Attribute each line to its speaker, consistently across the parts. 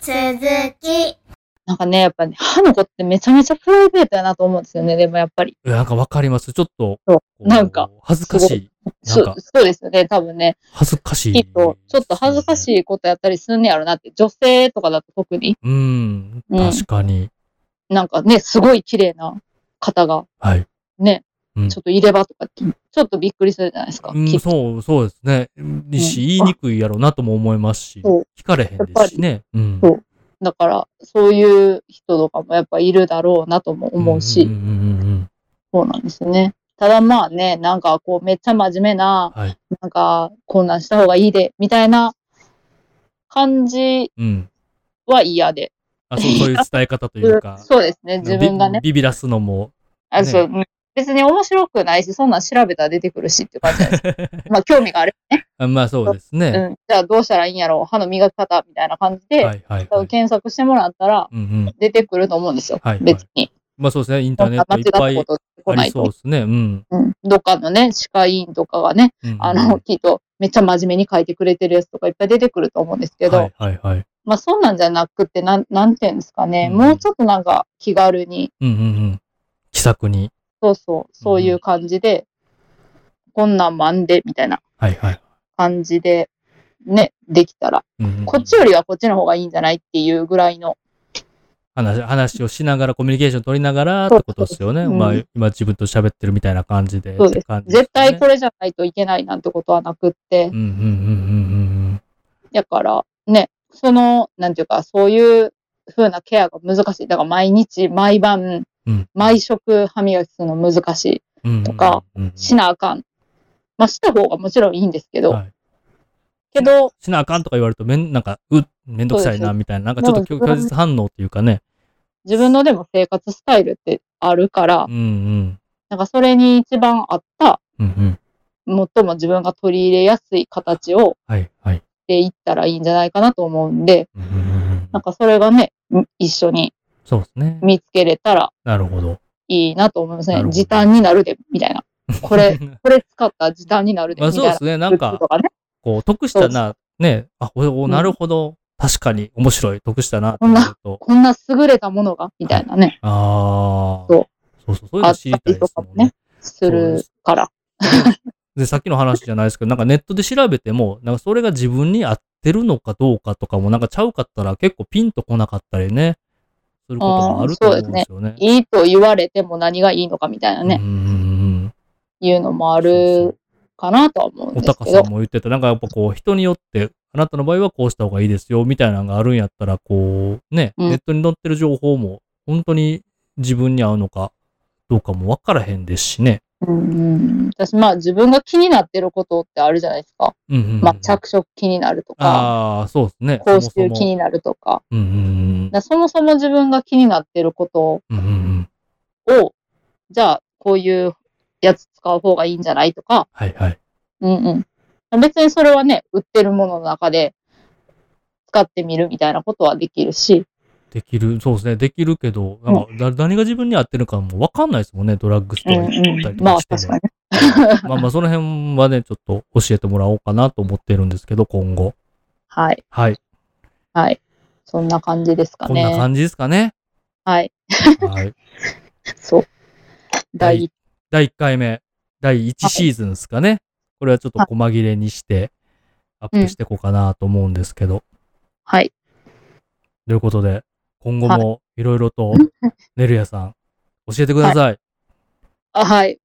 Speaker 1: 続き。
Speaker 2: なんかね、やっぱね、歯の子ってめちゃめちゃプライベートやなと思うんですよね、でもやっぱり。
Speaker 3: えなんかわかります。ちょっと、
Speaker 2: そう
Speaker 3: こう
Speaker 2: なんか、
Speaker 3: 恥ずかし
Speaker 2: す
Speaker 3: い。な
Speaker 2: そ
Speaker 3: ん
Speaker 2: う
Speaker 3: か、
Speaker 2: そうですよね、多分ね。
Speaker 3: 恥ずかし
Speaker 2: き
Speaker 3: い。
Speaker 2: っと、ちょっと恥ずかし
Speaker 3: い。
Speaker 2: いことやったりすんねやろなって、女性とかだと特に、
Speaker 3: うん、
Speaker 2: うん
Speaker 3: 確かに。
Speaker 2: なんかね、すごい綺麗な方が、
Speaker 3: はい。
Speaker 2: ね、
Speaker 3: うん
Speaker 2: ちょっと入れ歯とかって、ちょっとびっくりするじゃないですか。
Speaker 3: うん
Speaker 2: きっと
Speaker 3: そう、そうですね。いいし、
Speaker 2: うん
Speaker 3: 言いにくいやろうなとも思いますし、
Speaker 2: そう
Speaker 3: 聞かれへんですしね。うん
Speaker 2: そうだから、そういう人とかもやっぱいるだろうなとも思うし、
Speaker 3: んんうんうん
Speaker 2: そうなんですよね。ただまあね、なんかこう、めっちゃ真面目な、
Speaker 3: はい
Speaker 2: なんか、こんなんした方がいいで、みたいな感じ
Speaker 3: うん。うん。
Speaker 2: は嫌で。
Speaker 3: あ、そう、そういう伝え方というか。
Speaker 2: そうですね、自分がね。
Speaker 3: ビビビらすのも。
Speaker 2: あそううん別に面白くないし、そんなん調べたら出てくるしっていう感じなんで すまあ、興味がある。
Speaker 3: あまあそうです
Speaker 2: う
Speaker 3: ね。
Speaker 2: ん。じゃあ、どうしたらいいんやろう歯の磨き方みたいな感じで、
Speaker 3: はいはい、はい。
Speaker 2: 検索してもらったら
Speaker 3: うんうん。
Speaker 2: 出てくると思うんですよ。
Speaker 3: はいはい
Speaker 2: 別に。
Speaker 3: まあそうですね。インタ
Speaker 2: そ
Speaker 3: ー
Speaker 2: ん
Speaker 3: ネ
Speaker 2: な
Speaker 3: ッ
Speaker 2: 間
Speaker 3: ト
Speaker 2: 違っ
Speaker 3: いったぱい
Speaker 2: こと出てこ
Speaker 3: あ
Speaker 2: な
Speaker 3: り
Speaker 2: い
Speaker 3: そう
Speaker 2: と
Speaker 3: で。すね。うん。
Speaker 2: うん。どっかのね、歯科医院とかがね、
Speaker 3: うんうん
Speaker 2: あの、きっとめっちゃ真面目に書いてくれてるやつとかいっぱい出てくると思うんですけど、
Speaker 3: はいはいはい。
Speaker 2: まあそんなんじゃなくて、なん、なんていうんですかね、
Speaker 3: うん
Speaker 2: もうちょっとなんか気軽に、
Speaker 3: うんうんうん。気さくに。
Speaker 2: そうそう、そういう感じで、こんなんまんで、みたいな
Speaker 3: はいはい。
Speaker 2: 感じで、ね、できたら、
Speaker 3: うんうんうん
Speaker 2: こっちよりはこっちの方がいいんじゃないっていうぐらいの、
Speaker 3: 話話をしながら、コミュニケーション取りながらってことですよね。
Speaker 2: そうそう
Speaker 3: まあ
Speaker 2: うん、
Speaker 3: 今自分と喋ってるみたいな感じで。
Speaker 2: そうです
Speaker 3: って感じですね
Speaker 2: 絶対これじゃないといけないなんてことはなくって
Speaker 3: う、んうんうんうん
Speaker 2: だから、ね、その、なんていうか、そういう風なケアが難しい。だから毎日、毎晩、
Speaker 3: うんうん。
Speaker 2: 毎食歯磨きするの難しい。
Speaker 3: うん
Speaker 2: とか、
Speaker 3: うんうんうん
Speaker 2: しなあかん。まあ、した方がもちろんいいんですけど、
Speaker 3: はい
Speaker 2: けど、
Speaker 3: しなあかんとか言われると、めん、なんか、う、めんどくさい
Speaker 2: そうで
Speaker 3: な、
Speaker 2: す
Speaker 3: みたいな。なんかちょっと拒
Speaker 2: もう
Speaker 3: 拒絶反応っていうかね。
Speaker 2: 自分のでも生活スタイルってあるから
Speaker 3: う、んうん。
Speaker 2: なんかそれに一番合った、
Speaker 3: うんうん。
Speaker 2: 最も自分が取り入れやすい形を
Speaker 3: はいはい。
Speaker 2: していったらいいんじゃないかなと思うんで、
Speaker 3: うんうんうんうん
Speaker 2: なんかそれがね、ん一緒に
Speaker 3: そうですね。
Speaker 2: 見つけれたら
Speaker 3: なるほど。
Speaker 2: いいなと思います
Speaker 3: な
Speaker 2: ね
Speaker 3: る。ほど
Speaker 2: 時短になるで、みたいな。これ、これ使ったら時短になるで、
Speaker 3: ま
Speaker 2: み
Speaker 3: あ
Speaker 2: た
Speaker 3: そ
Speaker 2: いう
Speaker 3: で
Speaker 2: な
Speaker 3: す。ね。なん
Speaker 2: グッズ
Speaker 3: か
Speaker 2: と、かね。
Speaker 3: こう、得した
Speaker 2: そ
Speaker 3: な、ね、あ、おおなるほど。確かに面白い。得したな、って
Speaker 2: こんな
Speaker 3: 思うと。
Speaker 2: こんな優れたものが、みたいなね、
Speaker 3: ああ。
Speaker 2: そう
Speaker 3: そうそう。そういうの知りたいですもんね。
Speaker 2: するから。
Speaker 3: で、さっきの話じゃないですけど、なんかネットで調べても、なんかそれが自分に合ってるのかどうかとかも、なんかちゃうかったら結構ピンとこなかったりね、することもあると思うんですよね。
Speaker 2: いいと言われても何がいいのかみたいなね、
Speaker 3: うんうんうん
Speaker 2: いうのもあ
Speaker 3: そう
Speaker 2: るかなとは思うん
Speaker 3: お
Speaker 2: で
Speaker 3: た
Speaker 2: す
Speaker 3: か
Speaker 2: け
Speaker 3: さ
Speaker 2: ど
Speaker 3: ん。も言ってた、なんかやっぱこう、人によって、あなたの場合はこうした方がいいですよ、みたいなのがあるんやったら、こう、ね、
Speaker 2: うん
Speaker 3: ネットに載ってる情報も、本当に自分に合うのかどうかもわからへんですしね。
Speaker 2: うん、私、まあ自分が気になってることってあるじゃないですか。
Speaker 3: うんうんうん、
Speaker 2: まあ着色気になるとか、
Speaker 3: ああ、そうですね。
Speaker 2: 口臭気
Speaker 3: そも
Speaker 2: になるとか。
Speaker 3: そもうんうん
Speaker 2: だからそもそも自分が気になってること
Speaker 3: うん。うんうんうん。
Speaker 2: を、じゃあこういうやつ使う方がいいんじゃないとか、
Speaker 3: はいはい。
Speaker 2: うんうん。別にそれはね、売ってるものの中で使ってみるみたいなことはできるし、
Speaker 3: できる、そうですね。できるけど、なんかだ、何が自分に合ってるかもわかんないですもんね。ドラッグスト
Speaker 2: う
Speaker 3: ア
Speaker 2: ん
Speaker 3: 行った
Speaker 2: うん、
Speaker 3: りと
Speaker 2: ま
Speaker 3: か
Speaker 2: あ
Speaker 3: して
Speaker 2: 確
Speaker 3: も
Speaker 2: かに。
Speaker 3: まあまあ、その辺はね、ちょっと教えてもらおうかなと思ってるんですけど、今後。
Speaker 2: はい。
Speaker 3: はい。
Speaker 2: はい。そんな感じですか
Speaker 3: こんな
Speaker 2: ね。
Speaker 3: 感じですかね。
Speaker 2: はい。
Speaker 3: はい。
Speaker 2: そう。第一
Speaker 3: 第1回目、第1シーズンですかね。これはちょっと細切れにして、アップしていこうかなと思うんですけど。
Speaker 2: はい。
Speaker 3: ということで、今後もいろい ろと、ねるやさん、教えてください。
Speaker 2: あ、はい。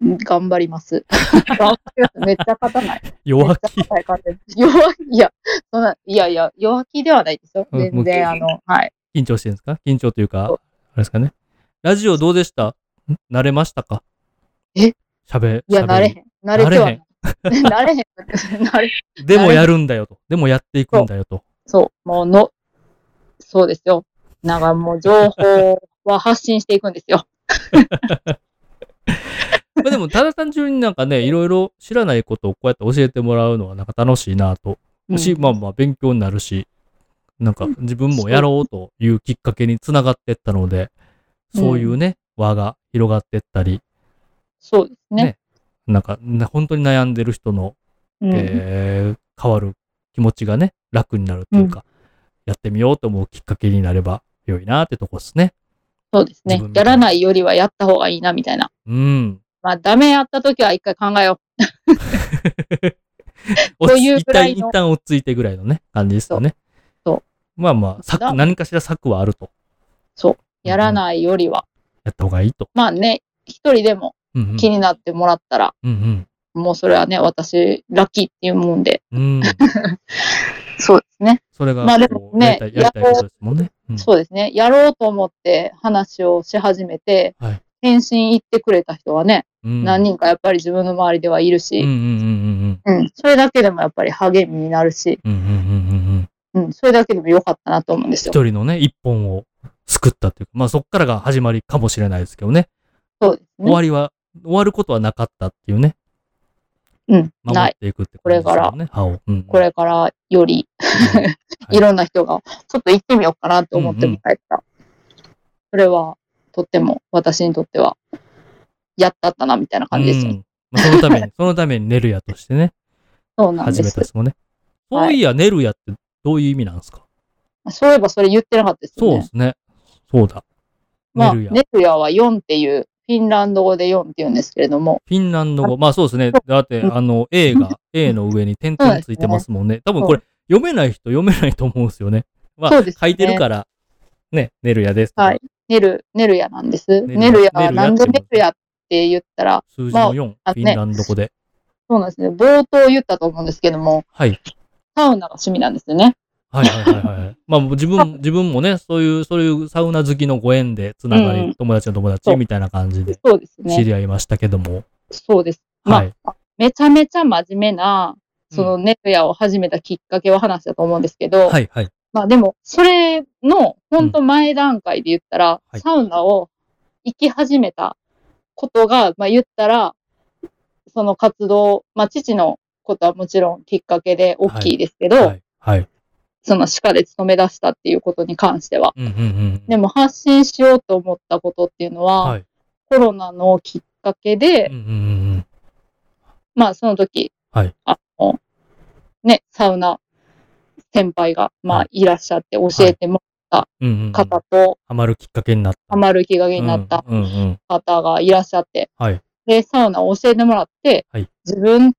Speaker 2: うん頑張ります。 頑張りますめっちゃ勝たない。
Speaker 3: 弱気
Speaker 2: めっちゃ。硬い感じ弱気、いや、そんな、いやいや、弱気ではないですよ。
Speaker 3: うん
Speaker 2: 全然、あの、はい。
Speaker 3: 緊張してるんですか緊張というか、あ
Speaker 2: そ
Speaker 3: れですかね。ラジオどうでしたん慣れましたか
Speaker 2: え
Speaker 3: 喋、
Speaker 2: いや、
Speaker 3: 喋り
Speaker 2: 慣れへん。慣れてはない。 慣れへん。慣れ
Speaker 3: でもやるんだよと。でもやっていくんだよと。
Speaker 2: そう、もうの、そうですよ。なんかもう情報は発信していくんです よ。
Speaker 3: まあでも、ただ単純になんかね、いろいろ知らないことをこうやって教えてもらうのはなんか楽しいなと
Speaker 2: うん
Speaker 3: し、まあまあ勉強になるし、なんか自分もやろうというきっかけにつながってったので、
Speaker 2: うん
Speaker 3: そういうね、輪が広がってったり、
Speaker 2: そうですね。
Speaker 3: なんかな本当に悩んでる人の、
Speaker 2: うん
Speaker 3: えー変わる気持ちがね、楽になるっていうか、やってみようと思うきっかけになれば良いなってとこですね。
Speaker 2: そうです
Speaker 3: 自
Speaker 2: ね
Speaker 3: 分。みたい
Speaker 2: や
Speaker 3: な
Speaker 2: らないよりはやった方がいいな、みたいな。
Speaker 3: うん。
Speaker 2: まあ、ダメやった時は一回考えよ
Speaker 3: 落ち
Speaker 2: いう
Speaker 3: 一
Speaker 2: ぐら
Speaker 3: 旦、
Speaker 2: いの
Speaker 3: 一旦落ち着いてぐらいのね、感じですよね。
Speaker 2: そう
Speaker 3: まあまあ、策、
Speaker 2: だ
Speaker 3: 何かしら策はあると。
Speaker 2: う。やらないよりは。
Speaker 3: やった方がいいと。
Speaker 2: まあね、一人でも
Speaker 3: うんうん。
Speaker 2: 気になってもらったら、
Speaker 3: うん
Speaker 2: もうそれはね、私、ラッキーっていうもんで。
Speaker 3: うん。 うん。
Speaker 2: そうですね。
Speaker 3: それが、
Speaker 2: まあでも
Speaker 3: こう
Speaker 2: ね
Speaker 3: やりたい、やりたいことですもんね。うん
Speaker 2: そうですね。やろうと思って話をし始めて、
Speaker 3: はい
Speaker 2: 返信行ってくれた人はね、
Speaker 3: うん
Speaker 2: 何人かやっぱり自分の周りではいる
Speaker 3: うんう
Speaker 2: し、
Speaker 3: んうん
Speaker 2: うん、それだけでもやっぱり励みになるし、
Speaker 3: うんうん。うんうんうんうんうん。
Speaker 2: うん、それだけでも良かったなと思うんですよ。
Speaker 3: 一人のね、一本を救ったというか、まあそっからが始まりかもしれないですけどね。
Speaker 2: そうです
Speaker 3: 終
Speaker 2: ね。
Speaker 3: わりは、終わることはなかったっていうね。
Speaker 2: うん、な
Speaker 3: 守っ
Speaker 2: い。
Speaker 3: ていくってことですよね。歯を。うん
Speaker 2: これからより
Speaker 3: は い
Speaker 2: いろんな人が、ちょっと行ってみようかなと思って迎えた。それは、とっても、私にとっては、やったったな、みたいな感じですよ
Speaker 3: う
Speaker 2: ね。
Speaker 3: んまあそのために、そのためにネルヤとしてね、
Speaker 2: そうなん
Speaker 3: 始
Speaker 2: で
Speaker 3: め
Speaker 2: す
Speaker 3: たんで。すもんね。
Speaker 2: はい
Speaker 3: そういや、ネルヤってどういう意味なんですか
Speaker 2: そういえばそれ言ってなかったですよ
Speaker 3: そうで
Speaker 2: ね。
Speaker 3: すね。そうだ。
Speaker 2: ま
Speaker 3: ネ
Speaker 2: あ、
Speaker 3: ルヤ。
Speaker 2: ネルヤは4っていう、フィンランド語で4って言うんですけれども、
Speaker 3: フィンランド語。まあそうですね。だって、あの、A が、A の上に点々ついてますもんね。多分これ、読めない人読めないと思うんですよね。ま
Speaker 2: そ
Speaker 3: あ、
Speaker 2: うですね
Speaker 3: 書いてるから、ね、ネルヤですとか。
Speaker 2: はいネル、ネルヤなんです。
Speaker 3: ネルヤ
Speaker 2: ネルヤ
Speaker 3: ネ
Speaker 2: は
Speaker 3: ルヤ
Speaker 2: なんで
Speaker 3: って言うんで
Speaker 2: ネ
Speaker 3: す
Speaker 2: ルヤって言ったら、
Speaker 3: 数字
Speaker 2: ま
Speaker 3: の
Speaker 2: あ
Speaker 3: 4、
Speaker 2: あ
Speaker 3: フ
Speaker 2: ね
Speaker 3: ィンランド語で。
Speaker 2: そうなんですね。冒頭言ったと思うんですけども、
Speaker 3: はい。
Speaker 2: サウナが趣味なんですよね。
Speaker 3: はいはいはい はいはい。まあ自分、自分もね、そういう、そういうサウナ好きのご縁で、つながり、
Speaker 2: うんうん
Speaker 3: 友達の友
Speaker 2: そ
Speaker 3: 達
Speaker 2: う
Speaker 3: みたいな感じで
Speaker 2: そうです
Speaker 3: 知
Speaker 2: ね。
Speaker 3: り合いましたけども。
Speaker 2: そうです。まあ
Speaker 3: はい。
Speaker 2: めちゃめちゃ真面目な、そのネルヤを始めたきっかけを話したと思うんですけど、
Speaker 3: はいはい。
Speaker 2: まあでも、それの、ほんと前段階で言ったら、
Speaker 3: はい
Speaker 2: サウナを行き始めたことが、まあ言ったら、その活動、まあ父のことはもちろんきっかけで大きいですけど、
Speaker 3: はい。はい。
Speaker 2: その歯科で勤め出したっていうことに関しては。
Speaker 3: うんうんうん。
Speaker 2: でも発信しようと思ったことっていうのは、
Speaker 3: はい。
Speaker 2: コロナのきっかけで、
Speaker 3: うんうんうん
Speaker 2: まあその時、
Speaker 3: はい
Speaker 2: あの、ね、サウナ先輩が、ま
Speaker 3: は
Speaker 2: あいらっしゃって教えても
Speaker 3: うん。うんうんうん。
Speaker 2: らった方と、
Speaker 3: ハマるきっかけになった。
Speaker 2: ハマるきっかけになった
Speaker 3: うんうんうん。
Speaker 2: 方がいらっしゃって、
Speaker 3: はい。
Speaker 2: で、サウナを教えてもらって、
Speaker 3: はい
Speaker 2: 自分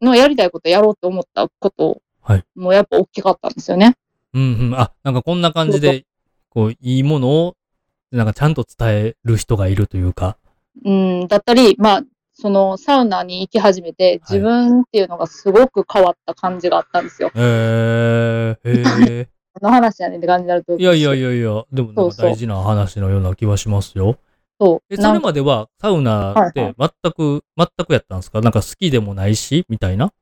Speaker 2: のやりたいことやろうと思ったこと
Speaker 3: はい
Speaker 2: もやっぱ大きかったんですよね。
Speaker 3: うんうん。あ、なんかこんな感じ
Speaker 2: そう
Speaker 3: で、こう、いいものを、なんかちゃんと伝える人がいるというか。
Speaker 2: うん、だったり、まあ、そのサウナに行き始めて、自分っていうのがすごく変わった感じがあったんですよ。
Speaker 3: えー、 え
Speaker 2: この話やねんって感じになると。
Speaker 3: ー。いやいやいやいや、でもなんか
Speaker 2: そうそう
Speaker 3: 大事な話のような気はしますよ。
Speaker 2: そ
Speaker 3: え、
Speaker 2: う。
Speaker 3: そ
Speaker 2: な
Speaker 3: れ
Speaker 2: んか
Speaker 3: まではサウナって全く、全くやったんですかなんか好きでもないし、みたいな。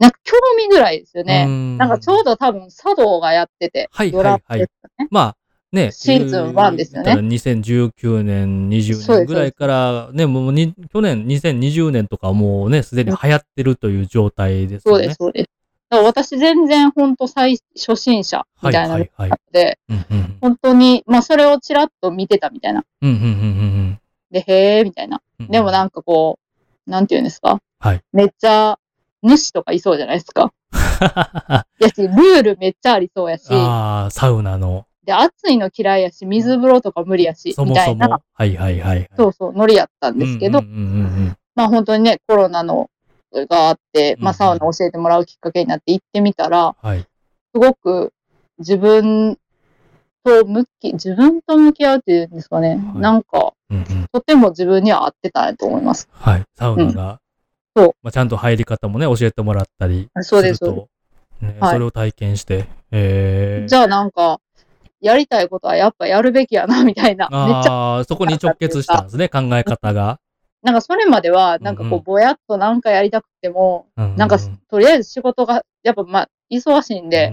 Speaker 2: なんか興味ぐらいですよね。な
Speaker 3: なん
Speaker 2: かちょうど多分茶道がやってて、
Speaker 3: はい
Speaker 2: ドラマですかね。
Speaker 3: まあね、
Speaker 2: シーズン1ですよね
Speaker 3: 言うたら2019年、20
Speaker 2: そうです
Speaker 3: 年ぐらいから、ね、もうに去年、2020年とかもうね、すでに流行ってるという状態です
Speaker 2: そ
Speaker 3: よ
Speaker 2: う
Speaker 3: ね。
Speaker 2: です、そうです。だから私全然本当最初心者みたいなのが
Speaker 3: はいはい
Speaker 2: あって、
Speaker 3: うんうん
Speaker 2: 本当に、まあそれをちらっと見てたみたいな。
Speaker 3: うんうんうんうん
Speaker 2: で、へえ、みたいな。
Speaker 3: うん。
Speaker 2: でもなん
Speaker 3: か、
Speaker 2: んかこう、なんて言うんですか
Speaker 3: はい。
Speaker 2: めっちゃ、主とかいそうじゃないですか。
Speaker 3: あ
Speaker 2: やし、ルールめっちゃありそうやし、
Speaker 3: あー、サウナの、
Speaker 2: で、暑いの嫌いやし、水風呂とか無理やし、
Speaker 3: そ
Speaker 2: み
Speaker 3: も
Speaker 2: た
Speaker 3: そ
Speaker 2: いな、
Speaker 3: も。はいはいはいはい。
Speaker 2: そうそう、ノリやったんですけど、
Speaker 3: うんうんうんうん
Speaker 2: まあ本当にね、コロナのがあって、まあ
Speaker 3: うん
Speaker 2: サウナ教えてもらうきっかけになって行ってみたら、
Speaker 3: うん。はい。
Speaker 2: すごく自分と向き、自分と向き合うっていうんですかね。
Speaker 3: はい
Speaker 2: なんか、
Speaker 3: うんうん
Speaker 2: とても自分には合ってたと思います。
Speaker 3: はい。サウナが、
Speaker 2: うんそう
Speaker 3: まあ、ちゃんと入り方もね、教えてもらったり
Speaker 2: そうです
Speaker 3: する
Speaker 2: そ
Speaker 3: と、ね
Speaker 2: はい
Speaker 3: それを体験して、えー、
Speaker 2: じゃあなんか、やりたいことはやっぱやるべきやな、みたいな。めっちゃ、
Speaker 3: ああ、そこに直結したん ですね、考え方が。
Speaker 2: なんかそれまでは、なんか
Speaker 3: うん
Speaker 2: こ
Speaker 3: うん
Speaker 2: う、ぼやっとなんかやりたくても、
Speaker 3: な
Speaker 2: なんかとりあえず仕事が、やっぱまあ、忙しいんで、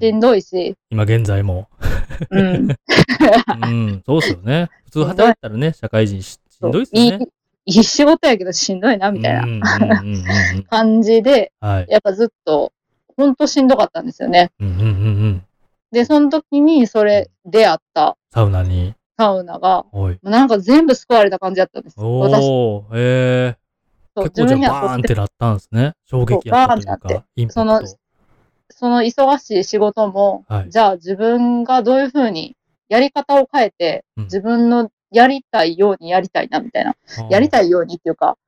Speaker 2: しんどいし、
Speaker 3: 今現 在も。
Speaker 2: うん。
Speaker 3: うん、そうっすよね。普通働いたらね、社会人ししんどいっす
Speaker 2: い
Speaker 3: よね。
Speaker 2: い、いい仕事やけどしんどいな、みたいな
Speaker 3: な。うんうんうんうん
Speaker 2: 感じで、
Speaker 3: はい。
Speaker 2: やっぱずっと、ほんとしんどかったんですよね。
Speaker 3: うんうんうんうん
Speaker 2: で、その時にそれ出会った
Speaker 3: サウナに、
Speaker 2: サウナが、
Speaker 3: おい。
Speaker 2: なんか全部救われた感じだったんです。私
Speaker 3: おー、え
Speaker 2: と
Speaker 3: ー、
Speaker 2: 自
Speaker 3: 結構
Speaker 2: 分
Speaker 3: じ
Speaker 2: に
Speaker 3: ゃあバ
Speaker 2: は
Speaker 3: ーン
Speaker 2: と
Speaker 3: っ
Speaker 2: って
Speaker 3: なったんですね。衝撃やっ
Speaker 2: そうバーン
Speaker 3: たという
Speaker 2: ってな
Speaker 3: か、インパ
Speaker 2: その
Speaker 3: クト。
Speaker 2: その忙しい仕事も、
Speaker 3: はい
Speaker 2: じゃあ自分がどういうふうにやり方を変えて、
Speaker 3: うん
Speaker 2: 自分のやりたいようにやりたいな、みたいな。やり
Speaker 3: い。
Speaker 2: たいようにっていうか、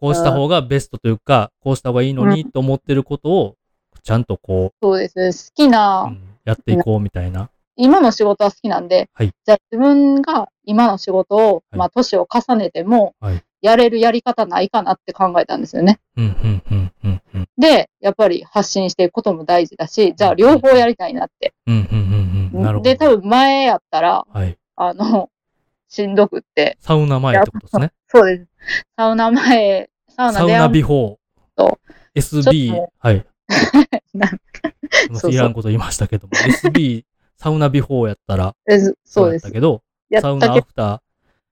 Speaker 3: こうした方がベストというか、こうした方がいいのにと思ってることを、ちゃんとこ
Speaker 2: そうですね、好き
Speaker 3: う、
Speaker 2: な、
Speaker 3: うんやっていこうみたいな。
Speaker 2: 今の仕事は好きなんで、
Speaker 3: はい
Speaker 2: じゃあ自分が今の仕事を、
Speaker 3: はい
Speaker 2: まあ年を重ねても
Speaker 3: はい、
Speaker 2: やれるやり方ないかなって考えたんですよね。
Speaker 3: うん、うん、うん、うん、うん、
Speaker 2: で、やっぱり発信していくことも大事だし、じゃあ両方やりたいなって。
Speaker 3: うん、うん、うん。なるほど。
Speaker 2: で、多分前やったら、
Speaker 3: はい。
Speaker 2: あの、 しんどくって、
Speaker 3: サウナ前ってことですね。
Speaker 2: そうです。サウナ前、サウ
Speaker 3: サ
Speaker 2: ナ
Speaker 3: ウ
Speaker 2: で
Speaker 3: ナビフォー
Speaker 2: そ。ち
Speaker 3: SB
Speaker 2: ょ、
Speaker 3: はい。
Speaker 2: なん
Speaker 3: すい
Speaker 2: そ
Speaker 3: ません
Speaker 2: うそう
Speaker 3: いらんこと言いまし たけども。SB、サウナビフォーやったら、
Speaker 2: えずそう
Speaker 3: や
Speaker 2: で
Speaker 3: っ
Speaker 2: す
Speaker 3: た。けど、
Speaker 2: やっ
Speaker 3: サウ
Speaker 2: た
Speaker 3: ナア
Speaker 2: け
Speaker 3: フタ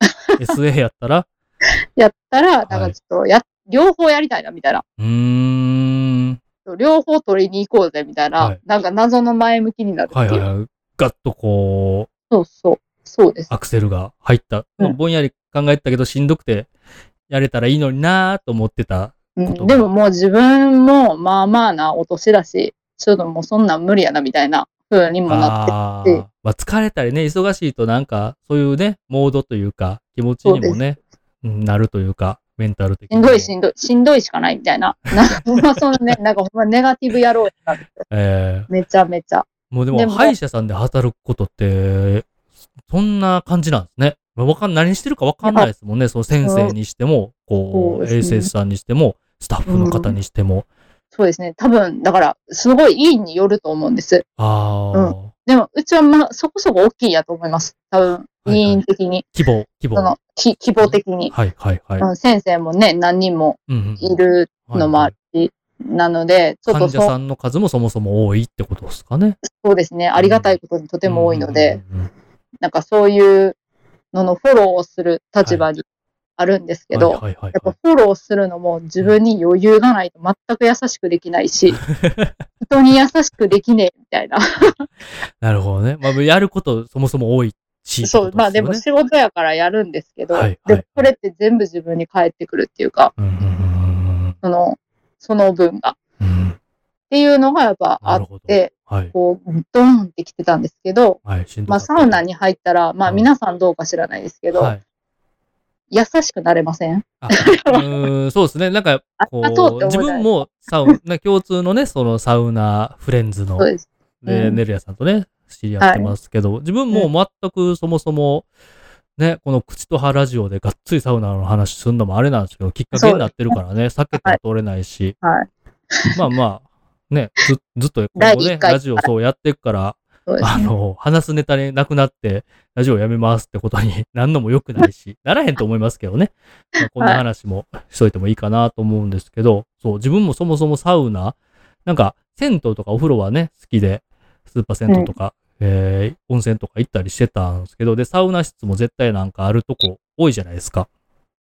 Speaker 3: ー、SA やったら、
Speaker 2: やったら、なん
Speaker 3: は
Speaker 2: か
Speaker 3: い
Speaker 2: ちょっとや、両方やりたいな、みたいな。
Speaker 3: うーん、
Speaker 2: 両方取りに行こうぜ、みたいな、
Speaker 3: はい
Speaker 2: なんか謎の前向きになるってい。
Speaker 3: はいうはいはい。ガッとこ
Speaker 2: そうそう。そうです
Speaker 3: う、。アクセルが入った。
Speaker 2: うん
Speaker 3: ぼんやり考えてたけど、しんどくて、やれたらいいのになーと思ってた。
Speaker 2: う
Speaker 3: こと
Speaker 2: ん、
Speaker 3: が
Speaker 2: でももう自分もまあまあなお年だし、ちょっともうそんなん無理やなみたいな風にもなって、
Speaker 3: あー、まあ、疲れたりね、忙しいとなんか、そういうね、モードというか、気持ちにもね、うんなるというか、メンタル的
Speaker 2: し
Speaker 3: に
Speaker 2: ん
Speaker 3: も。
Speaker 2: どいしんどい、しんどいしかないみた いな。なんかまあそのね、なんかほんまネガティブ野郎やなって
Speaker 3: えー
Speaker 2: めちゃめちゃ。
Speaker 3: もうでも
Speaker 2: でも
Speaker 3: 歯医者さんで働くことって、そんな感じなんですね。まあわかん、何してるかわかんないですもんね。その先生にしても、こ
Speaker 2: そうで
Speaker 3: う、
Speaker 2: す
Speaker 3: 衛
Speaker 2: ね
Speaker 3: 生士さんにしても、スタッフの方にしても。
Speaker 2: そうですね。多分、だから、すごいいいによると思うんです。
Speaker 3: ああ、
Speaker 2: うんでも、うちはまあ、そこそこ大きいやと思います。多分、
Speaker 3: いはい
Speaker 2: 委員的に、
Speaker 3: 規模、規模。
Speaker 2: その、き希望的に、
Speaker 3: はいはいはい。
Speaker 2: うん先生もね、何人も
Speaker 3: うんうん
Speaker 2: いるのもあるし、なので、ちょっ
Speaker 3: 患
Speaker 2: と
Speaker 3: 者
Speaker 2: そ
Speaker 3: さんの数もそもそも多いってことですかね。
Speaker 2: そうですね、ありがたいことにとても多いので、
Speaker 3: うんうんうん
Speaker 2: なんかそういうののフォローをする立場にあるんですけど、
Speaker 3: はいはいはい
Speaker 2: やっ
Speaker 3: は
Speaker 2: ぱフォローするのも自分に余裕がないと全く優しくできないし、人に優しくできねえみたいな。
Speaker 3: い。なるほどね。まあ、やることそもそも多いし。
Speaker 2: そう、
Speaker 3: ってこと
Speaker 2: まあ
Speaker 3: す
Speaker 2: で
Speaker 3: よね
Speaker 2: も仕事やからやるんですけど、
Speaker 3: はいはい
Speaker 2: でもこれって全部自分に返ってくるっていうか、
Speaker 3: うんうんうん
Speaker 2: その、その分が。っ
Speaker 3: うんうん。
Speaker 2: ていうのがやっぱあ
Speaker 3: なる
Speaker 2: っ
Speaker 3: ほど。
Speaker 2: て、
Speaker 3: はい。
Speaker 2: こう、ドーンってきてたんですけど、
Speaker 3: はい。しんど
Speaker 2: まあ
Speaker 3: かった
Speaker 2: サウナに入ったら、まあ
Speaker 3: うん
Speaker 2: 皆さんどうか知らないですけど、
Speaker 3: はい。
Speaker 2: 優しくなれません
Speaker 3: あうーんそうですね。なんか、こ
Speaker 2: あそう
Speaker 3: う、
Speaker 2: って思うじ
Speaker 3: 自
Speaker 2: ゃない
Speaker 3: 分もサウ ナ、共通のね、そのサウナフレンズの、
Speaker 2: そうです。
Speaker 3: ね
Speaker 2: うん
Speaker 3: ネルヤさんとね、知り合ってますけど、自分も全くそもそも、ね、この口と葉ラジオでがっつりサウナの話するのもあれなんですけど、きっかけになってるから ね、避けては通れないし、
Speaker 2: はい。
Speaker 3: まあまあ、ね、ずずっと今
Speaker 2: 第
Speaker 3: 後ね
Speaker 2: 一、回
Speaker 3: ラジオそうやっていくから、
Speaker 2: そうです
Speaker 3: あの、話すネタになくなって、ラジオやめますってことに なんのも良くないし、ならへんと思いますけどね。まあこんな話もしといてもいいかなと思うんですけど、そう、自分もそもそもサウナ、なんか、銭湯とかお風呂はね、好きで、スーパー銭湯とか、えー温泉とか行ったりしてたんですけど、で、サウナ室も絶対なんかあるとこ多いじゃないですか。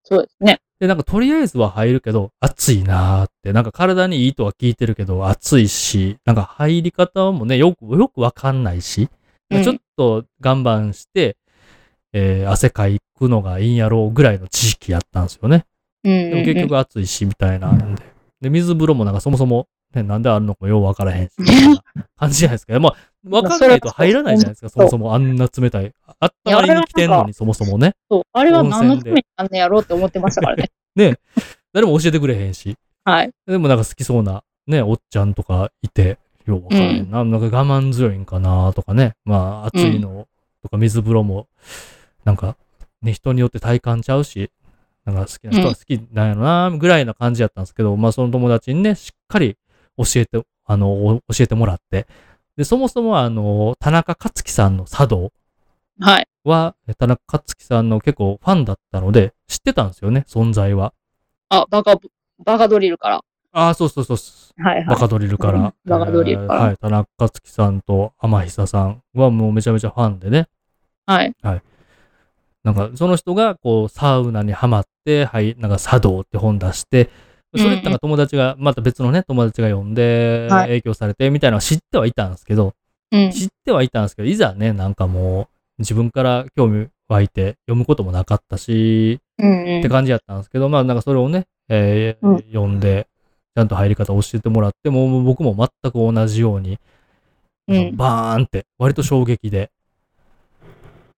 Speaker 2: そうですね。
Speaker 3: で、なんかとりあえずは入るけど、暑いなーって、なんか体にいいとは聞いてるけど、暑いし、なんか入り方もね、よく、よくわかんないし、
Speaker 2: うん
Speaker 3: ちょっと岩盤して、えー汗かいくのがいいんやろうぐらいの知識やったんですよね。
Speaker 2: うん
Speaker 3: で
Speaker 2: うんう
Speaker 3: も
Speaker 2: ん。
Speaker 3: 結局暑いし、みたいなんで。で、水風呂もなんかそもそも、ね、なんであるのかもようわから へんし、みたいな感じじゃないですか。まあ、わかんないと入らないじゃないですか、そもそもあんな冷たい。あったまりに来てんのに、そもそもね。
Speaker 2: そう。あれは何
Speaker 3: 温
Speaker 2: の
Speaker 3: 泉で
Speaker 2: ためにあんなやろうって思ってました からね。
Speaker 3: 誰も教えてくれへんし。
Speaker 2: はい。
Speaker 3: でもなんか好きそうな、ね、おっちゃんとかいて、ようわからへんな、なんか我慢強いんかなとかね。まあ、暑いのとか水風呂も、なんか、ね、人によって体感ちゃうし、なんか好きな人は好きなんやろな、ぐらいな感じやったんですけど、まあその友達にね、しっかり教えて、あの、お教えてもらって。で、そもそもあの、田中克樹さんの茶道
Speaker 2: はい。
Speaker 3: は、田中克樹さんの結構ファンだったので、知ってたんですよね、存在は。
Speaker 2: あ、バカ、バカドリルから。
Speaker 3: ああ、そうそうそうそう。
Speaker 2: はい
Speaker 3: バ
Speaker 2: は
Speaker 3: カドリルか
Speaker 2: う
Speaker 3: ら
Speaker 2: ん。バカドリルから
Speaker 3: えーはい。田中克樹さんと天久さんはもうめちゃめちゃファンでね。
Speaker 2: い。はい。
Speaker 3: なんか、その人が、こう、サウナにハマって、はい、なんか、茶道って本出して、それってなんか友達が、また別のね、友達が読んで、
Speaker 2: はい
Speaker 3: 影響されて、みたいなのは知ってはいたんですけど、
Speaker 2: うん。
Speaker 3: 知ってはいたんですけど、いざね、なんかもう、自分から興味湧いて、読むこともなかったし、
Speaker 2: うん
Speaker 3: って
Speaker 2: うん。
Speaker 3: 感じやったんですけど、まあなんかそれをね、えー
Speaker 2: うん
Speaker 3: 読んで、ちゃんと入り方教えてもらって、もう僕も全く同じように、
Speaker 2: うん。
Speaker 3: バーンって、割と衝撃で、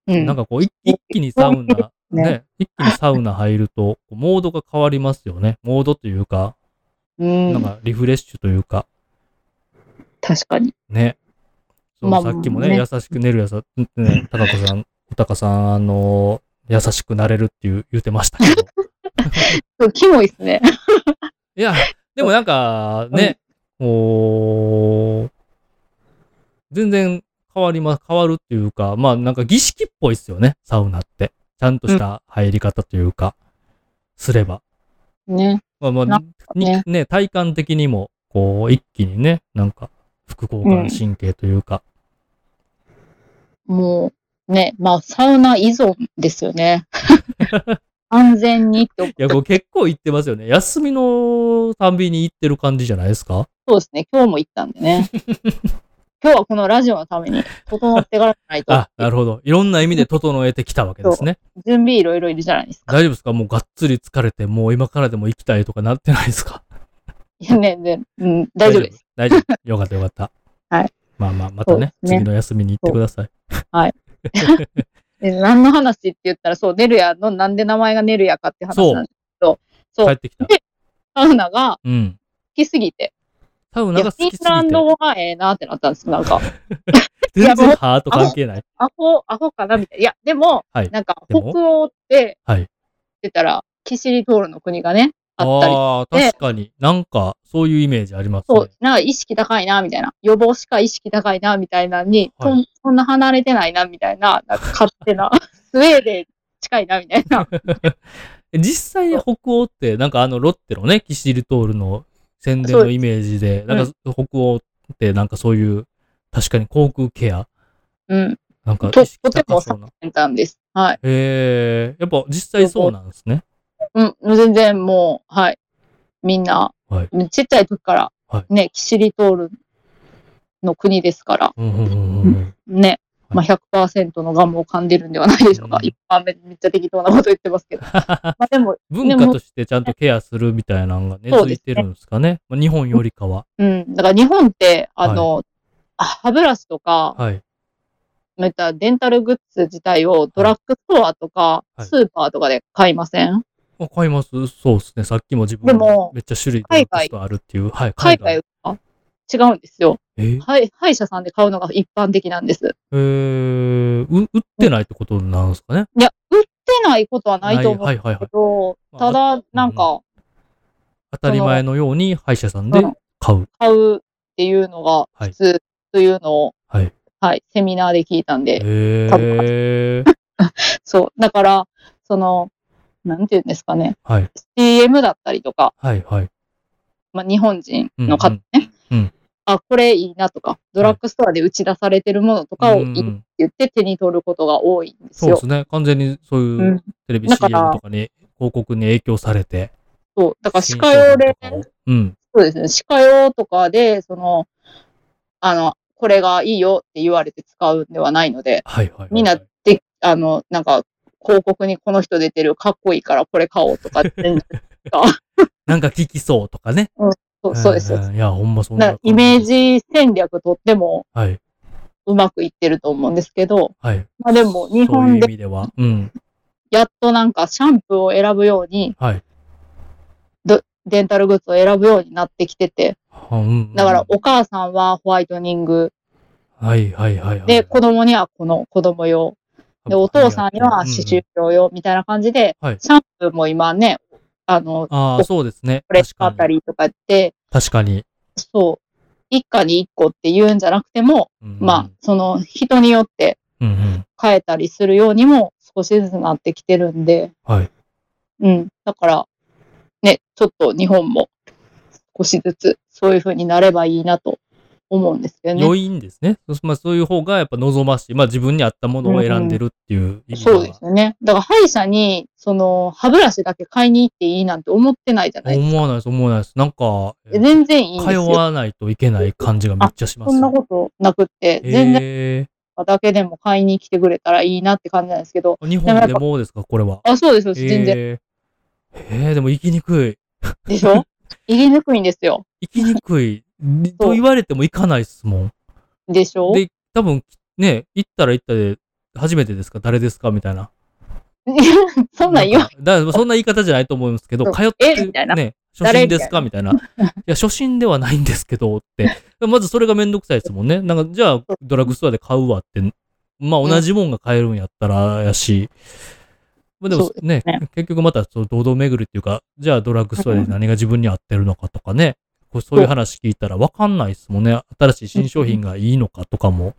Speaker 2: うん。
Speaker 3: なんかこう、一一気にサウナ、
Speaker 2: ね
Speaker 3: ね、一気にサウナ入ると、こうモードが変わりますよね。モードというか、
Speaker 2: うん
Speaker 3: なんかリフレッシュというか、
Speaker 2: 確かに。
Speaker 3: ね。そう、
Speaker 2: まあ
Speaker 3: さっきもね、
Speaker 2: ね
Speaker 3: 優しく寝るやさ、ね、高子さん、高さん、あの、優しくなれるっていう言ってましたけど。
Speaker 2: そうキモいっすね。
Speaker 3: いや、でもなんかね、もう、全然変わりま、変わるっていうか、まあなんか儀式っぽいっすよね、サウナって。ちゃんとした入り方というか、すれば。
Speaker 2: ね。
Speaker 3: まあま
Speaker 2: な
Speaker 3: あ、にね、体感的にも、こう、一気にね、なんか、副交感神経というか、
Speaker 2: もう、ね。まあ、サウナ依存ですよ ね。安全にって思っ
Speaker 3: いや、こう結構行ってますよね。休みのたんびに行ってる感じじゃないですか
Speaker 2: そうですね。今日も行ったんで ね。今日はこのラジオのために整ってからじゃないと。
Speaker 3: あ、なるほど。いろんな意味で整えてきたわけですね。
Speaker 2: 準備いろいろいるじゃないですか。
Speaker 3: 大丈夫ですかもうがっつり疲れて、もう今からでも行きたいとかなってないですか
Speaker 2: いやね、ねうん、 大丈夫です。。
Speaker 3: 大丈夫。よかったよかった。
Speaker 2: はい。
Speaker 3: まあまあ、ま
Speaker 2: そ
Speaker 3: たね
Speaker 2: うですね
Speaker 3: 次の休みに行ってください。
Speaker 2: で何の話って言ったら、そう、ネルヤのなんで名前がネルヤかって話なんですけど、そう
Speaker 3: 帰ってきた。
Speaker 2: サウナが好
Speaker 3: うん。
Speaker 2: きすぎて、
Speaker 3: サウ
Speaker 2: い
Speaker 3: ナ
Speaker 2: や
Speaker 3: が
Speaker 2: フィ
Speaker 3: 好
Speaker 2: ン
Speaker 3: きすぎ
Speaker 2: ラン
Speaker 3: て
Speaker 2: ド、語がええなってなったんです。なんか、
Speaker 3: 全然ハート関係ない。
Speaker 2: アホ、アホかなみたいな。いや、でも、
Speaker 3: はい
Speaker 2: なんか、
Speaker 3: で
Speaker 2: 北
Speaker 3: も
Speaker 2: 欧って、
Speaker 3: はい
Speaker 2: 出たら、キシリトールの国がね、あったり、
Speaker 3: ああ、
Speaker 2: で
Speaker 3: 確かに。なんか、そういうイメージあります
Speaker 2: そう
Speaker 3: ね。、
Speaker 2: なんか意識高いな、みたいな。予防しか意識高いな、みたいなのに、
Speaker 3: はい
Speaker 2: そんそんな離れてないな、みたいな、なんか勝手な、スウェーデン近いな、みたいな。
Speaker 3: 実際北欧って、なんかあのロッテのね、キシリトールの宣伝のイメージで、
Speaker 2: そう
Speaker 3: な
Speaker 2: で
Speaker 3: んか北欧ってなんかそういう、確かに航空ケア、
Speaker 2: うん。
Speaker 3: なんか
Speaker 2: と
Speaker 3: 意識
Speaker 2: とて
Speaker 3: 高
Speaker 2: も
Speaker 3: そうな。
Speaker 2: 先端です。はい。
Speaker 3: へえ、やっぱ実際そうなんですね。
Speaker 2: うん、全然もう、はい。みんな、
Speaker 3: はい
Speaker 2: ちっちゃい時から
Speaker 3: は、
Speaker 2: ね、キシリトールの国ですから、
Speaker 3: うんうんうんうん
Speaker 2: ね、まあ、100%のガムを噛んでるんではないでしょうか。
Speaker 3: うん
Speaker 2: 一般めめっちゃ適当なこと言ってます けど。まあでも、
Speaker 3: 文化としてちゃんとケアするみたいなのが根付いてるんですかね。まあ、日本よりかは。
Speaker 2: うん、だから日本って、あの、あ歯ブラシとか、
Speaker 3: はい。
Speaker 2: まあ言ったらデンタルグッズ自体をドラッグストアとか、
Speaker 3: はい
Speaker 2: スーパーとかで買いません、
Speaker 3: わかります。そうですね。さっきも自
Speaker 2: で
Speaker 3: 分
Speaker 2: も
Speaker 3: めっちゃ種類
Speaker 2: 海
Speaker 3: ドラッ
Speaker 2: 外
Speaker 3: グストアあるっていう。はい、
Speaker 2: 海外は違うんですよ、
Speaker 3: えー
Speaker 2: はい。歯医者さんで買うのが一般的なんです。
Speaker 3: えー、う売ってないってことなんですかね。
Speaker 2: いや、売ってないことはないと思う
Speaker 3: は
Speaker 2: け
Speaker 3: いはいはい。
Speaker 2: ど、
Speaker 3: まあ
Speaker 2: ただ、なんか、
Speaker 3: 当たり前のように歯医者さんで
Speaker 2: うん
Speaker 3: 買う。
Speaker 2: 買うっていうのが普通というのを、
Speaker 3: はい。
Speaker 2: はい、セミナーで聞いたんで、
Speaker 3: へえ。
Speaker 2: そう。だから、その、なんていうんですかね、
Speaker 3: はい。
Speaker 2: CM だったりとか、
Speaker 3: はいはい。
Speaker 2: まあ、日本人の方ね、
Speaker 3: うんうんうん
Speaker 2: あ、これいいなとか、ドラッグストアで打ち出されてるものとかをいいって言って手に取ることが多いんです
Speaker 3: そう
Speaker 2: よ。
Speaker 3: ですね。完全にそういううんテレビ
Speaker 2: だか
Speaker 3: CM
Speaker 2: ら
Speaker 3: とかに、広告に影響されて。
Speaker 2: そう。だから、
Speaker 3: 新
Speaker 2: 歯科用
Speaker 3: 商
Speaker 2: で
Speaker 3: 品、とかをうん。
Speaker 2: そうですね、歯科用とかで、その、あの、これがいいよって言われて使うんではないので、
Speaker 3: はいはいはい。
Speaker 2: みんなで、あの、なんか、広告にこの人出てるかっこいいからこれ買おうとかって、
Speaker 3: なんか聞きそうとかね。
Speaker 2: そうそうです。
Speaker 3: んんいや、ほんまそん
Speaker 2: だか
Speaker 3: な
Speaker 2: らイメー。ジ戦略とっても
Speaker 3: はい。
Speaker 2: うまくいってると思うんですけど、
Speaker 3: はい。
Speaker 2: まあでも日
Speaker 3: そうい
Speaker 2: 本
Speaker 3: う意
Speaker 2: で
Speaker 3: 味では。うん。
Speaker 2: やっとなんかシャンプーを選ぶように、
Speaker 3: はい。
Speaker 2: デンタルグッズを選ぶようになってきてて、
Speaker 3: はうんうん
Speaker 2: だからお母さんはホワイトニング、
Speaker 3: はいはいはいはい。
Speaker 2: で、子供にはこの子供用、で、お父さんには歯周病用みたいな感じで、
Speaker 3: うんうんはい
Speaker 2: シャンプーも今ね、あの、
Speaker 3: ああ、そうですね。
Speaker 2: これ使った
Speaker 3: 確かに。
Speaker 2: りとかって、
Speaker 3: 確かに。
Speaker 2: そう、一家に一個って言うんじゃなくても、
Speaker 3: うん
Speaker 2: まあ、その人によって
Speaker 3: うんうん。
Speaker 2: 変えたりするようにも少しずつなってきてるんで、
Speaker 3: はい。
Speaker 2: うん。だから、ね、ちょっと日本も少しずつそういう風になればいいなと思うんですよね。
Speaker 3: 良いんですね。そまあ、そういう方がやっぱ望ましい。まあ自分に合ったものを選んでるっていう意味では、
Speaker 2: そうですよね。だから歯医者に、その、歯ブラシだけ買いに行っていいなんて思ってないじゃないですか。
Speaker 3: 思わないです、思わないです。なんか、え
Speaker 2: 全然いいんです
Speaker 3: 通
Speaker 2: よ。
Speaker 3: わないといけない感じがめっちゃします。
Speaker 2: そんなことなくって、全然
Speaker 3: え
Speaker 2: だけでも買いに来てくれたらいいなって感じなんですけど、
Speaker 3: ー、日本でもですか、これは。
Speaker 2: あ、そうです、そうです全然。
Speaker 3: えーえーでも行きにくい。
Speaker 2: でしょ 入りにくいんですよ。
Speaker 3: 行きにくい。と言われても行かないですもん。
Speaker 2: でしょ
Speaker 3: で、多分、ね、行ったら行ったで、初めてですか誰ですかみたいな。
Speaker 2: そんなん言わ
Speaker 3: かだからそんな言い方じゃないと思うんですけど、
Speaker 2: そう
Speaker 3: 通っ
Speaker 2: えみた
Speaker 3: て
Speaker 2: いな
Speaker 3: ね、初心ですかみたいな。いや、初心ではないんですけどって。まずそれがめんどくさいですもんね。なんか、じゃあ、ドラッグストアで買うわって、まあ同じもんが買えるんやったらやし、まあで
Speaker 2: そ
Speaker 3: も
Speaker 2: うです
Speaker 3: ね、
Speaker 2: ね
Speaker 3: 結局またその堂々巡るっていうか、じゃあドラッグストアで何が自分に合ってるのかとかね、こうそういう話聞いたら分かんないですもんね。新しい新商品がいいのかとかも。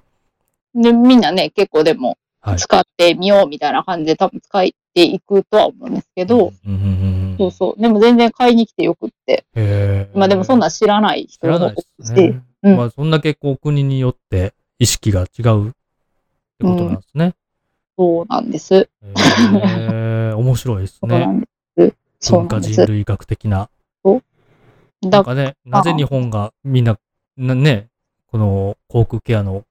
Speaker 2: で、みんなね、結構でも
Speaker 3: はい、
Speaker 2: 使ってみようみたいな感じで多分使っていくとは思うんですけど、
Speaker 3: うんうんうんうん
Speaker 2: そうそう。でも全然買いに来てよくって。
Speaker 3: へー
Speaker 2: まあでもそんなん知らない
Speaker 3: 知
Speaker 2: 人
Speaker 3: ら
Speaker 2: も
Speaker 3: な
Speaker 2: 多
Speaker 3: いで
Speaker 2: いし、
Speaker 3: すね。
Speaker 2: うん
Speaker 3: まあそんだけこう国によって意識が違うってことなんですね。
Speaker 2: そうなんです。
Speaker 3: へー面白いです
Speaker 2: そう な
Speaker 3: ね。
Speaker 2: んです。そう
Speaker 3: 文
Speaker 2: な
Speaker 3: 化
Speaker 2: んで
Speaker 3: 人
Speaker 2: す。
Speaker 3: 類学的な。なん
Speaker 2: だ
Speaker 3: かね、なぜ日本がみんな、なね、この航空ケアの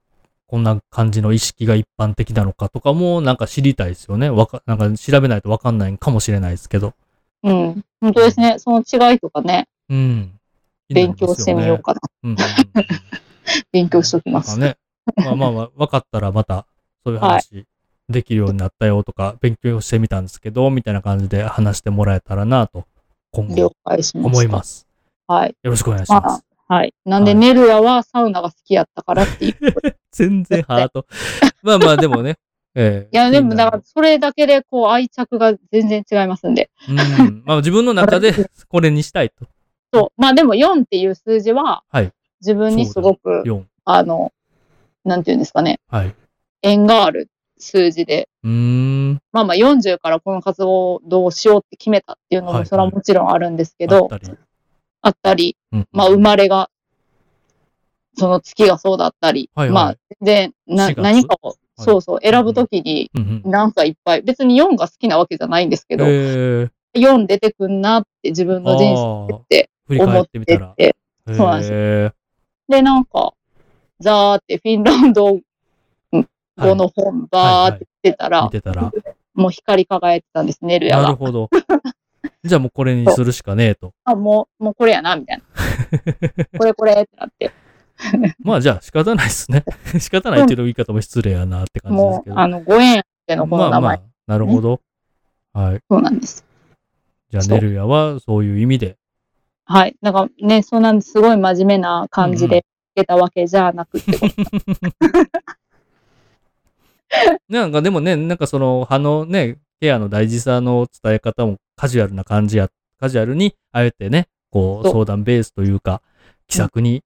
Speaker 3: こんな感じの意識が一般的なのかとかもなんか知りたいですよね。わか、なんか調べないとわかんないかもしれないですけど。
Speaker 2: うん。本当ですね。その違いとかね、
Speaker 3: うん。
Speaker 2: 勉強してみようかな。
Speaker 3: 気になりますよね。うんうんうん。
Speaker 2: 勉強しときます。
Speaker 3: なんかね、まあまあま あ、分かったらまた、そういう話できるようになったよとか、勉強してみたんですけど、みたいな感じで話してもらえたらなと、今後
Speaker 2: 了解しました。
Speaker 3: 思います。
Speaker 2: はい。
Speaker 3: よろしくお願いします。
Speaker 2: まあ、はい。なんで、ネルヤはサウナが好きやったからっていう。い
Speaker 3: 全然ハート。 まあまあ、でもね。ええ
Speaker 2: や、でも、だから、それだけで、こう、愛着が全然違いますんで。
Speaker 3: うん。まあ自分の 中でこれにしたいと。
Speaker 2: そう。まあ、でも、4っていう数字は、
Speaker 3: はい
Speaker 2: 自分にすごく、
Speaker 3: 4。
Speaker 2: あの、なんていうんですかね、
Speaker 3: はい。
Speaker 2: 縁がある数字で、
Speaker 3: うーん。
Speaker 2: まあまあ、40からこの活動をしようって決めたっていうの
Speaker 3: はい
Speaker 2: も、それはもちろんあるんですけど、
Speaker 3: あったり。
Speaker 2: あったり、
Speaker 3: うん
Speaker 2: まあ、生まれが、その月がそうだったり、
Speaker 3: はいはい
Speaker 2: まあ、全
Speaker 3: 4
Speaker 2: 然
Speaker 3: 月
Speaker 2: な、何かを、
Speaker 3: い
Speaker 2: そうそう、選ぶときに、
Speaker 3: うんうん。
Speaker 2: なんかいっぱい、別に4が好きなわけじゃないんですけど、
Speaker 3: ええ
Speaker 2: 4出てくんなって自分の人生って
Speaker 3: 振り
Speaker 2: 思
Speaker 3: 返
Speaker 2: っ
Speaker 3: ってみ
Speaker 2: て
Speaker 3: たら。
Speaker 2: て、
Speaker 3: え
Speaker 2: そうなんです
Speaker 3: え
Speaker 2: で、なんか、ザーってフィンランド語の本バーって見てたら、
Speaker 3: 見てたら。
Speaker 2: もう光り輝いてたんです、ネルヤ
Speaker 3: なる
Speaker 2: が。
Speaker 3: ほど。じゃあもうこれにするしかねえと。
Speaker 2: あ、もう、もうこれやな、みたい な。これこれってなって、
Speaker 3: まあじゃあ仕方ないですね。 仕方ないっていう言い方も失礼やなって感じです
Speaker 2: も
Speaker 3: け
Speaker 2: う、
Speaker 3: ど。
Speaker 2: あの、ご縁あってのこ
Speaker 3: ま
Speaker 2: の
Speaker 3: あ
Speaker 2: 名
Speaker 3: ま
Speaker 2: 前。
Speaker 3: あ、なるほど。はい。
Speaker 2: そうなんです。
Speaker 3: じゃあ
Speaker 2: そう
Speaker 3: ネルヤはそういう意味で。
Speaker 2: はい。なんかね、そうなんです。すごい真面目な感じ
Speaker 3: うんう
Speaker 2: で出たわけじゃなく て。
Speaker 3: なんかでもね、なんかその、歯のね、ケアの大事さの伝え方もカジュアルな感じや、カジュアルに、あえてね、こう、
Speaker 2: そう
Speaker 3: 相談ベースというか、気さくに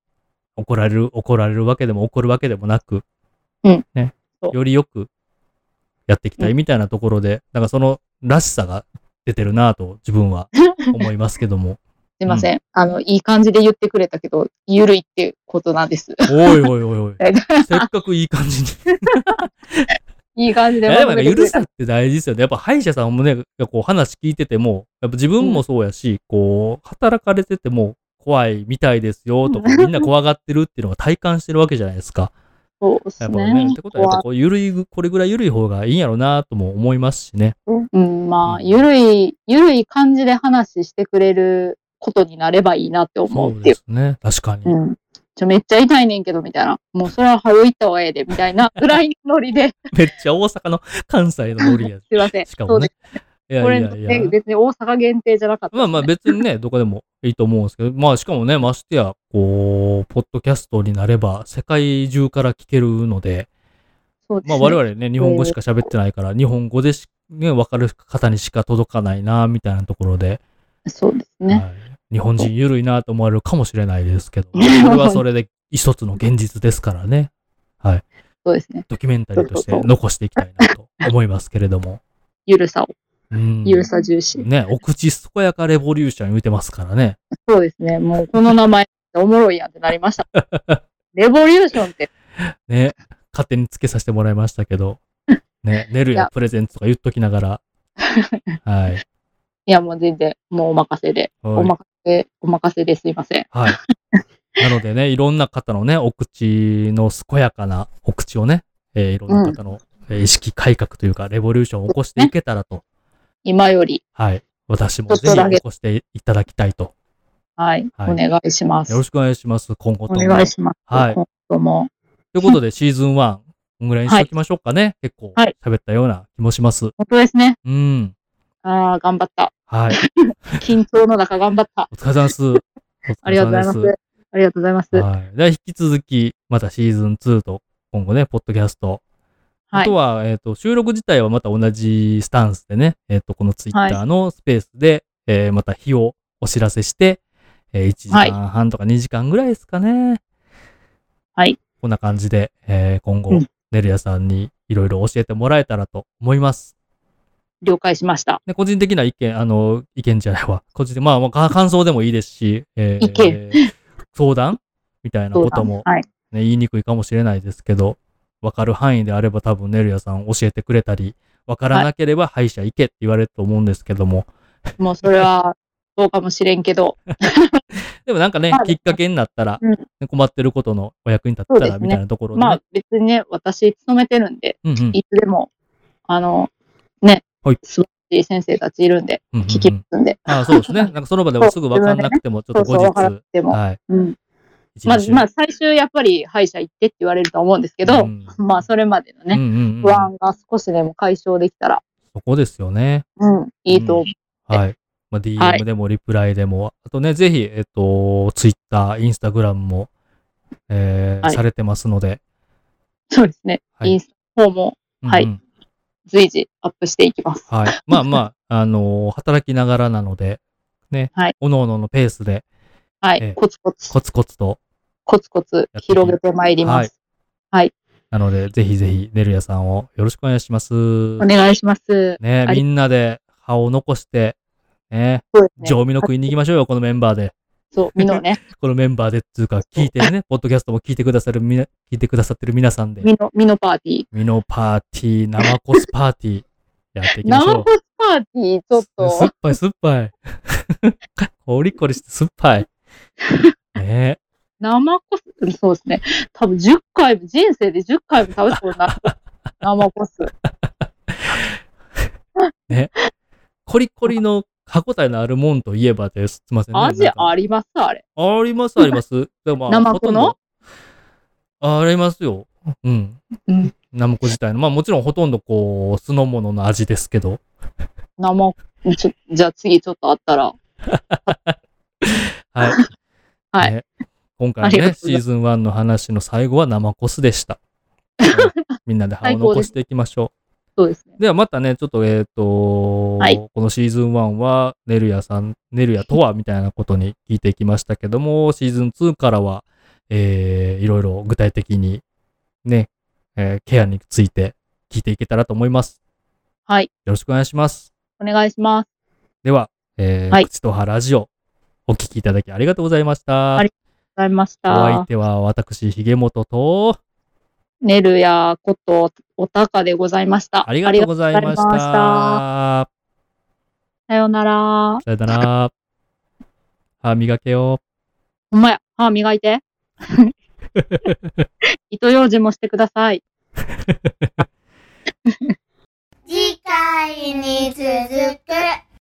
Speaker 3: 怒られる、怒られるわけでも怒るわけでもなく、
Speaker 2: うん
Speaker 3: ね
Speaker 2: そ、う
Speaker 3: よりよくやっていきたいみたいなところで、なんかそのらしさが出てるなぁと自分は思いますけど も。
Speaker 2: すいません。あの、いい感じで言ってくれたけど、ゆるいってことなんです。
Speaker 3: おいおいおいおい、せっかくいい感じに。
Speaker 2: いい感じ
Speaker 3: い
Speaker 2: で
Speaker 3: やでも
Speaker 2: まとめ
Speaker 3: ね、
Speaker 2: て
Speaker 3: ゆ
Speaker 2: く
Speaker 3: る
Speaker 2: れた。
Speaker 3: さって大事ですよね。やっぱ歯医者さんもね、こう話聞いてても、やっぱ自分もそうやし、こう、働かれてても怖いみたいです よとか、みんな怖がってるっていうのが体感してるわけじゃないですか。
Speaker 2: そうです
Speaker 3: やっぱね。
Speaker 2: ね
Speaker 3: って。ことは、やっぱこう、ゆるい、これぐらいゆるい方がいいんやろうなとも思いますしね。
Speaker 2: うん、まあ、ゆるい、ゆるい感じで話してくれることになればいいなって思
Speaker 3: そ
Speaker 2: っ
Speaker 3: うう
Speaker 2: てい
Speaker 3: で
Speaker 2: う。
Speaker 3: すね。確かに。
Speaker 2: うん。ちょ、めっちゃ痛いねんけど、みたいな。もう、それは早いった方がええで、みたいなぐらいのノリで、
Speaker 3: めっちゃ大阪の関西のノリや。
Speaker 2: すいません。
Speaker 3: しかもね
Speaker 2: そ。です。
Speaker 3: いうや
Speaker 2: これ
Speaker 3: い
Speaker 2: ね、
Speaker 3: やいや。
Speaker 2: 別に大阪限定じゃなかった、
Speaker 3: まあまあ別にね、どこでもいいと思うんですけど、まあしかもね、ましてや、こう、ポッドキャストになれば、世界中から聞けるので、
Speaker 2: そうです
Speaker 3: まあ
Speaker 2: ね。
Speaker 3: 我々ね、日本語しか喋ってないから、日本語でし、ね、分かる方にしか届かないな、みたいなところで、
Speaker 2: そうですね。
Speaker 3: はい日本人緩いなと思われるかもしれないですけど、それはそれで一つの現実ですからね、
Speaker 2: そうですね。
Speaker 3: ドキュメンタリーとして残していきたいなと思いますけれども。
Speaker 2: ゆるさを、
Speaker 3: うん。
Speaker 2: ゆるさ重視。
Speaker 3: ね、お口健やかレボリューション言うてますからね。
Speaker 2: そうですね。もう、この名前、おもろいやんってなりま した。レボリューションって、
Speaker 3: ね、勝手につけさせてもらいましたけど、ね、ネル
Speaker 2: い
Speaker 3: や
Speaker 2: や
Speaker 3: プレゼントとか言っときな がら、はい。
Speaker 2: いや、もう全然、もうお任せで。お任せ、お任せですいません。
Speaker 3: はい。なのでね、いろんな方のね、お口の健やかなお口をね、えーいろんな方のえー意識改革というか、レボリューションを起こしていけたらと、
Speaker 2: 今より。
Speaker 3: はい。私も
Speaker 2: ち
Speaker 3: ぜ
Speaker 2: ょっ
Speaker 3: ひ
Speaker 2: とだけ
Speaker 3: 起こしていただきたいと
Speaker 2: はい。
Speaker 3: はい
Speaker 2: お願いします。
Speaker 3: よろしくお願いします、今後
Speaker 2: お
Speaker 3: とも。
Speaker 2: 願いします。
Speaker 3: はい
Speaker 2: 今後も。
Speaker 3: ということで、シーズン1、こんぐらいにしときましょうかね。結構
Speaker 2: はい
Speaker 3: 喋ったような気もします。
Speaker 2: 本当ですね。
Speaker 3: うん。
Speaker 2: ああ、頑張った。
Speaker 3: はい。
Speaker 2: 緊張の中頑張った。
Speaker 3: お疲れ様です。 お疲れ様です。
Speaker 2: ありがとうございます。ありがとうございます。
Speaker 3: はい。では、引き続き、またシーズン2と、今後ね、ポッドキャスト。
Speaker 2: はい
Speaker 3: あとは、えっ、と、収録自体はまた同じスタンスでね、えっ、と、このツイッターのスペースで、えーまた日をお知らせして、えー1時間半とか2時間ぐらいですかね。
Speaker 2: はい。
Speaker 3: こんな感じで、えー今後
Speaker 2: うん、
Speaker 3: ネルヤさんにいろいろ教えてもらえたらと思います。
Speaker 2: 了解しました。
Speaker 3: で個人的な意見、あの、意見じゃないわ。 個人的、まあまあ、か感想でもいいですし、えー
Speaker 2: 意見
Speaker 3: 相談みたいな
Speaker 2: どう
Speaker 3: こ
Speaker 2: だ
Speaker 3: とも
Speaker 2: はい。
Speaker 3: ね、言いにくいかもしれないですけど、わかる範囲であれば多分ネルヤさん教えてくれたり、わからなければ歯医者行けって言われると思うんですけども、
Speaker 2: もうそれは、そうかもしれんけど。
Speaker 3: でもなんかね
Speaker 2: まあ、
Speaker 3: きっかけになったら、
Speaker 2: うん
Speaker 3: ね困ってることのお役に立っ
Speaker 2: そ
Speaker 3: た
Speaker 2: うで
Speaker 3: ら
Speaker 2: すね
Speaker 3: みたいなところで、ね
Speaker 2: まあ別にね、私勤めてるんで、
Speaker 3: うんうんうん
Speaker 2: いつでも、あの、ね、
Speaker 3: はい
Speaker 2: 素晴らしい先生たちいるんで、
Speaker 3: うんうん
Speaker 2: 聞きますんで。
Speaker 3: ああそうですね。なんかその場ではすぐわかんなくても、ちょっと
Speaker 2: そ
Speaker 3: 後
Speaker 2: うそうわからな
Speaker 3: 日
Speaker 2: く、ても。
Speaker 3: はい。
Speaker 2: うん。
Speaker 3: 一
Speaker 2: まあ
Speaker 3: 日、
Speaker 2: まあ最終やっぱり歯医者行ってって言われると思うんですけど、
Speaker 3: うん
Speaker 2: まあそれまでの
Speaker 3: うん
Speaker 2: ね、
Speaker 3: うんうん
Speaker 2: 不安が少しでも解消できたら、
Speaker 3: そこですよね。
Speaker 2: うん、いいと思う。
Speaker 3: はい。まあ、
Speaker 2: はい
Speaker 3: DM でもリプライでも、あとね、ぜひ、えっと、Twitter、Instagram も、えー
Speaker 2: はい
Speaker 3: されてますので、
Speaker 2: そうですね。
Speaker 3: はい
Speaker 2: インスタの方も
Speaker 3: うんうん
Speaker 2: はい随時アップしていきます。
Speaker 3: はい。まあまあ、あのー働きながらなので、ね。
Speaker 2: はい
Speaker 3: おのおののペースで、
Speaker 2: は
Speaker 3: ええ
Speaker 2: い。コツコツ、
Speaker 3: コツコツと。
Speaker 2: コツコツ広げてまいります。
Speaker 3: なので、ぜひぜひ、ねるやさんをよろしくお願いします。
Speaker 2: お願いします。
Speaker 3: ね、
Speaker 2: あ
Speaker 3: み
Speaker 2: り
Speaker 3: んなで歯を残して、ね、
Speaker 2: そうですね。
Speaker 3: 上味の食いに行きましょうよ、このメンバーで。
Speaker 2: そう、みのね、
Speaker 3: このメンバーでっていうか、聞いてるね、ポッドキャストも聞いてくださるみな、聞いてくださってる皆さんで、
Speaker 2: みの、みのパーティー。
Speaker 3: ミノパーティー、生コスパーティー、やっていきまし
Speaker 2: ナ
Speaker 3: ょ
Speaker 2: ンパパーティー、ちょっ
Speaker 3: う。酸
Speaker 2: と
Speaker 3: っ、ぱい酸っぱい。 コリコリして酸っぱい。ね
Speaker 2: 生コス、そうですね。多分10回も、人生で10回も食べそうにな る。生コス。
Speaker 3: コリコリの歯応えのあるもんといえばです。すいません、ね。
Speaker 2: 味
Speaker 3: なんか
Speaker 2: ありますあれ。
Speaker 3: あります、あります。でも、まあ、
Speaker 2: ナマコの
Speaker 3: ほとんどありますよ。うん。
Speaker 2: うん
Speaker 3: ナムコ自体の。まあもちろんほとんどこう、酢の物の味ですけど。
Speaker 2: 生、ちょじゃあ次ちょっとあったら。
Speaker 3: はい。
Speaker 2: はい
Speaker 3: ね今回
Speaker 2: ありがとうご
Speaker 3: ね、
Speaker 2: ざい
Speaker 3: シー
Speaker 2: ます
Speaker 3: ズン1の話の最後は生コス でした。みんなで歯を
Speaker 2: 最高
Speaker 3: 残
Speaker 2: です
Speaker 3: していきましょう。
Speaker 2: そうですね。
Speaker 3: ではまたね、ちょっと、えっ、と、
Speaker 2: はい
Speaker 3: このシーズン1は、ネルヤさん、ネルヤとはみたいなことに聞いていきましたけども、シーズン2からは、えー、いろいろ具体的に、ね、えーケアについて聞いていけたらと思います。
Speaker 2: はい。
Speaker 3: よろしくお願いします。
Speaker 2: お願いします。
Speaker 3: では、えー、
Speaker 2: はい
Speaker 3: 口と葉ラジオ、お聞きいただきありがとうございました。
Speaker 2: ありありがとうございまし
Speaker 3: お相
Speaker 2: た。
Speaker 3: 手は私、ひげもとと、
Speaker 2: ねるやことおたかでございました。
Speaker 3: ありがとうござい
Speaker 2: あ
Speaker 3: まし
Speaker 2: りがとうござい
Speaker 3: た。
Speaker 2: さようなら。
Speaker 3: さよなら。 歯磨けよ。
Speaker 2: ほんまや、歯磨いて。糸用事もしてください。
Speaker 1: 次回に続く。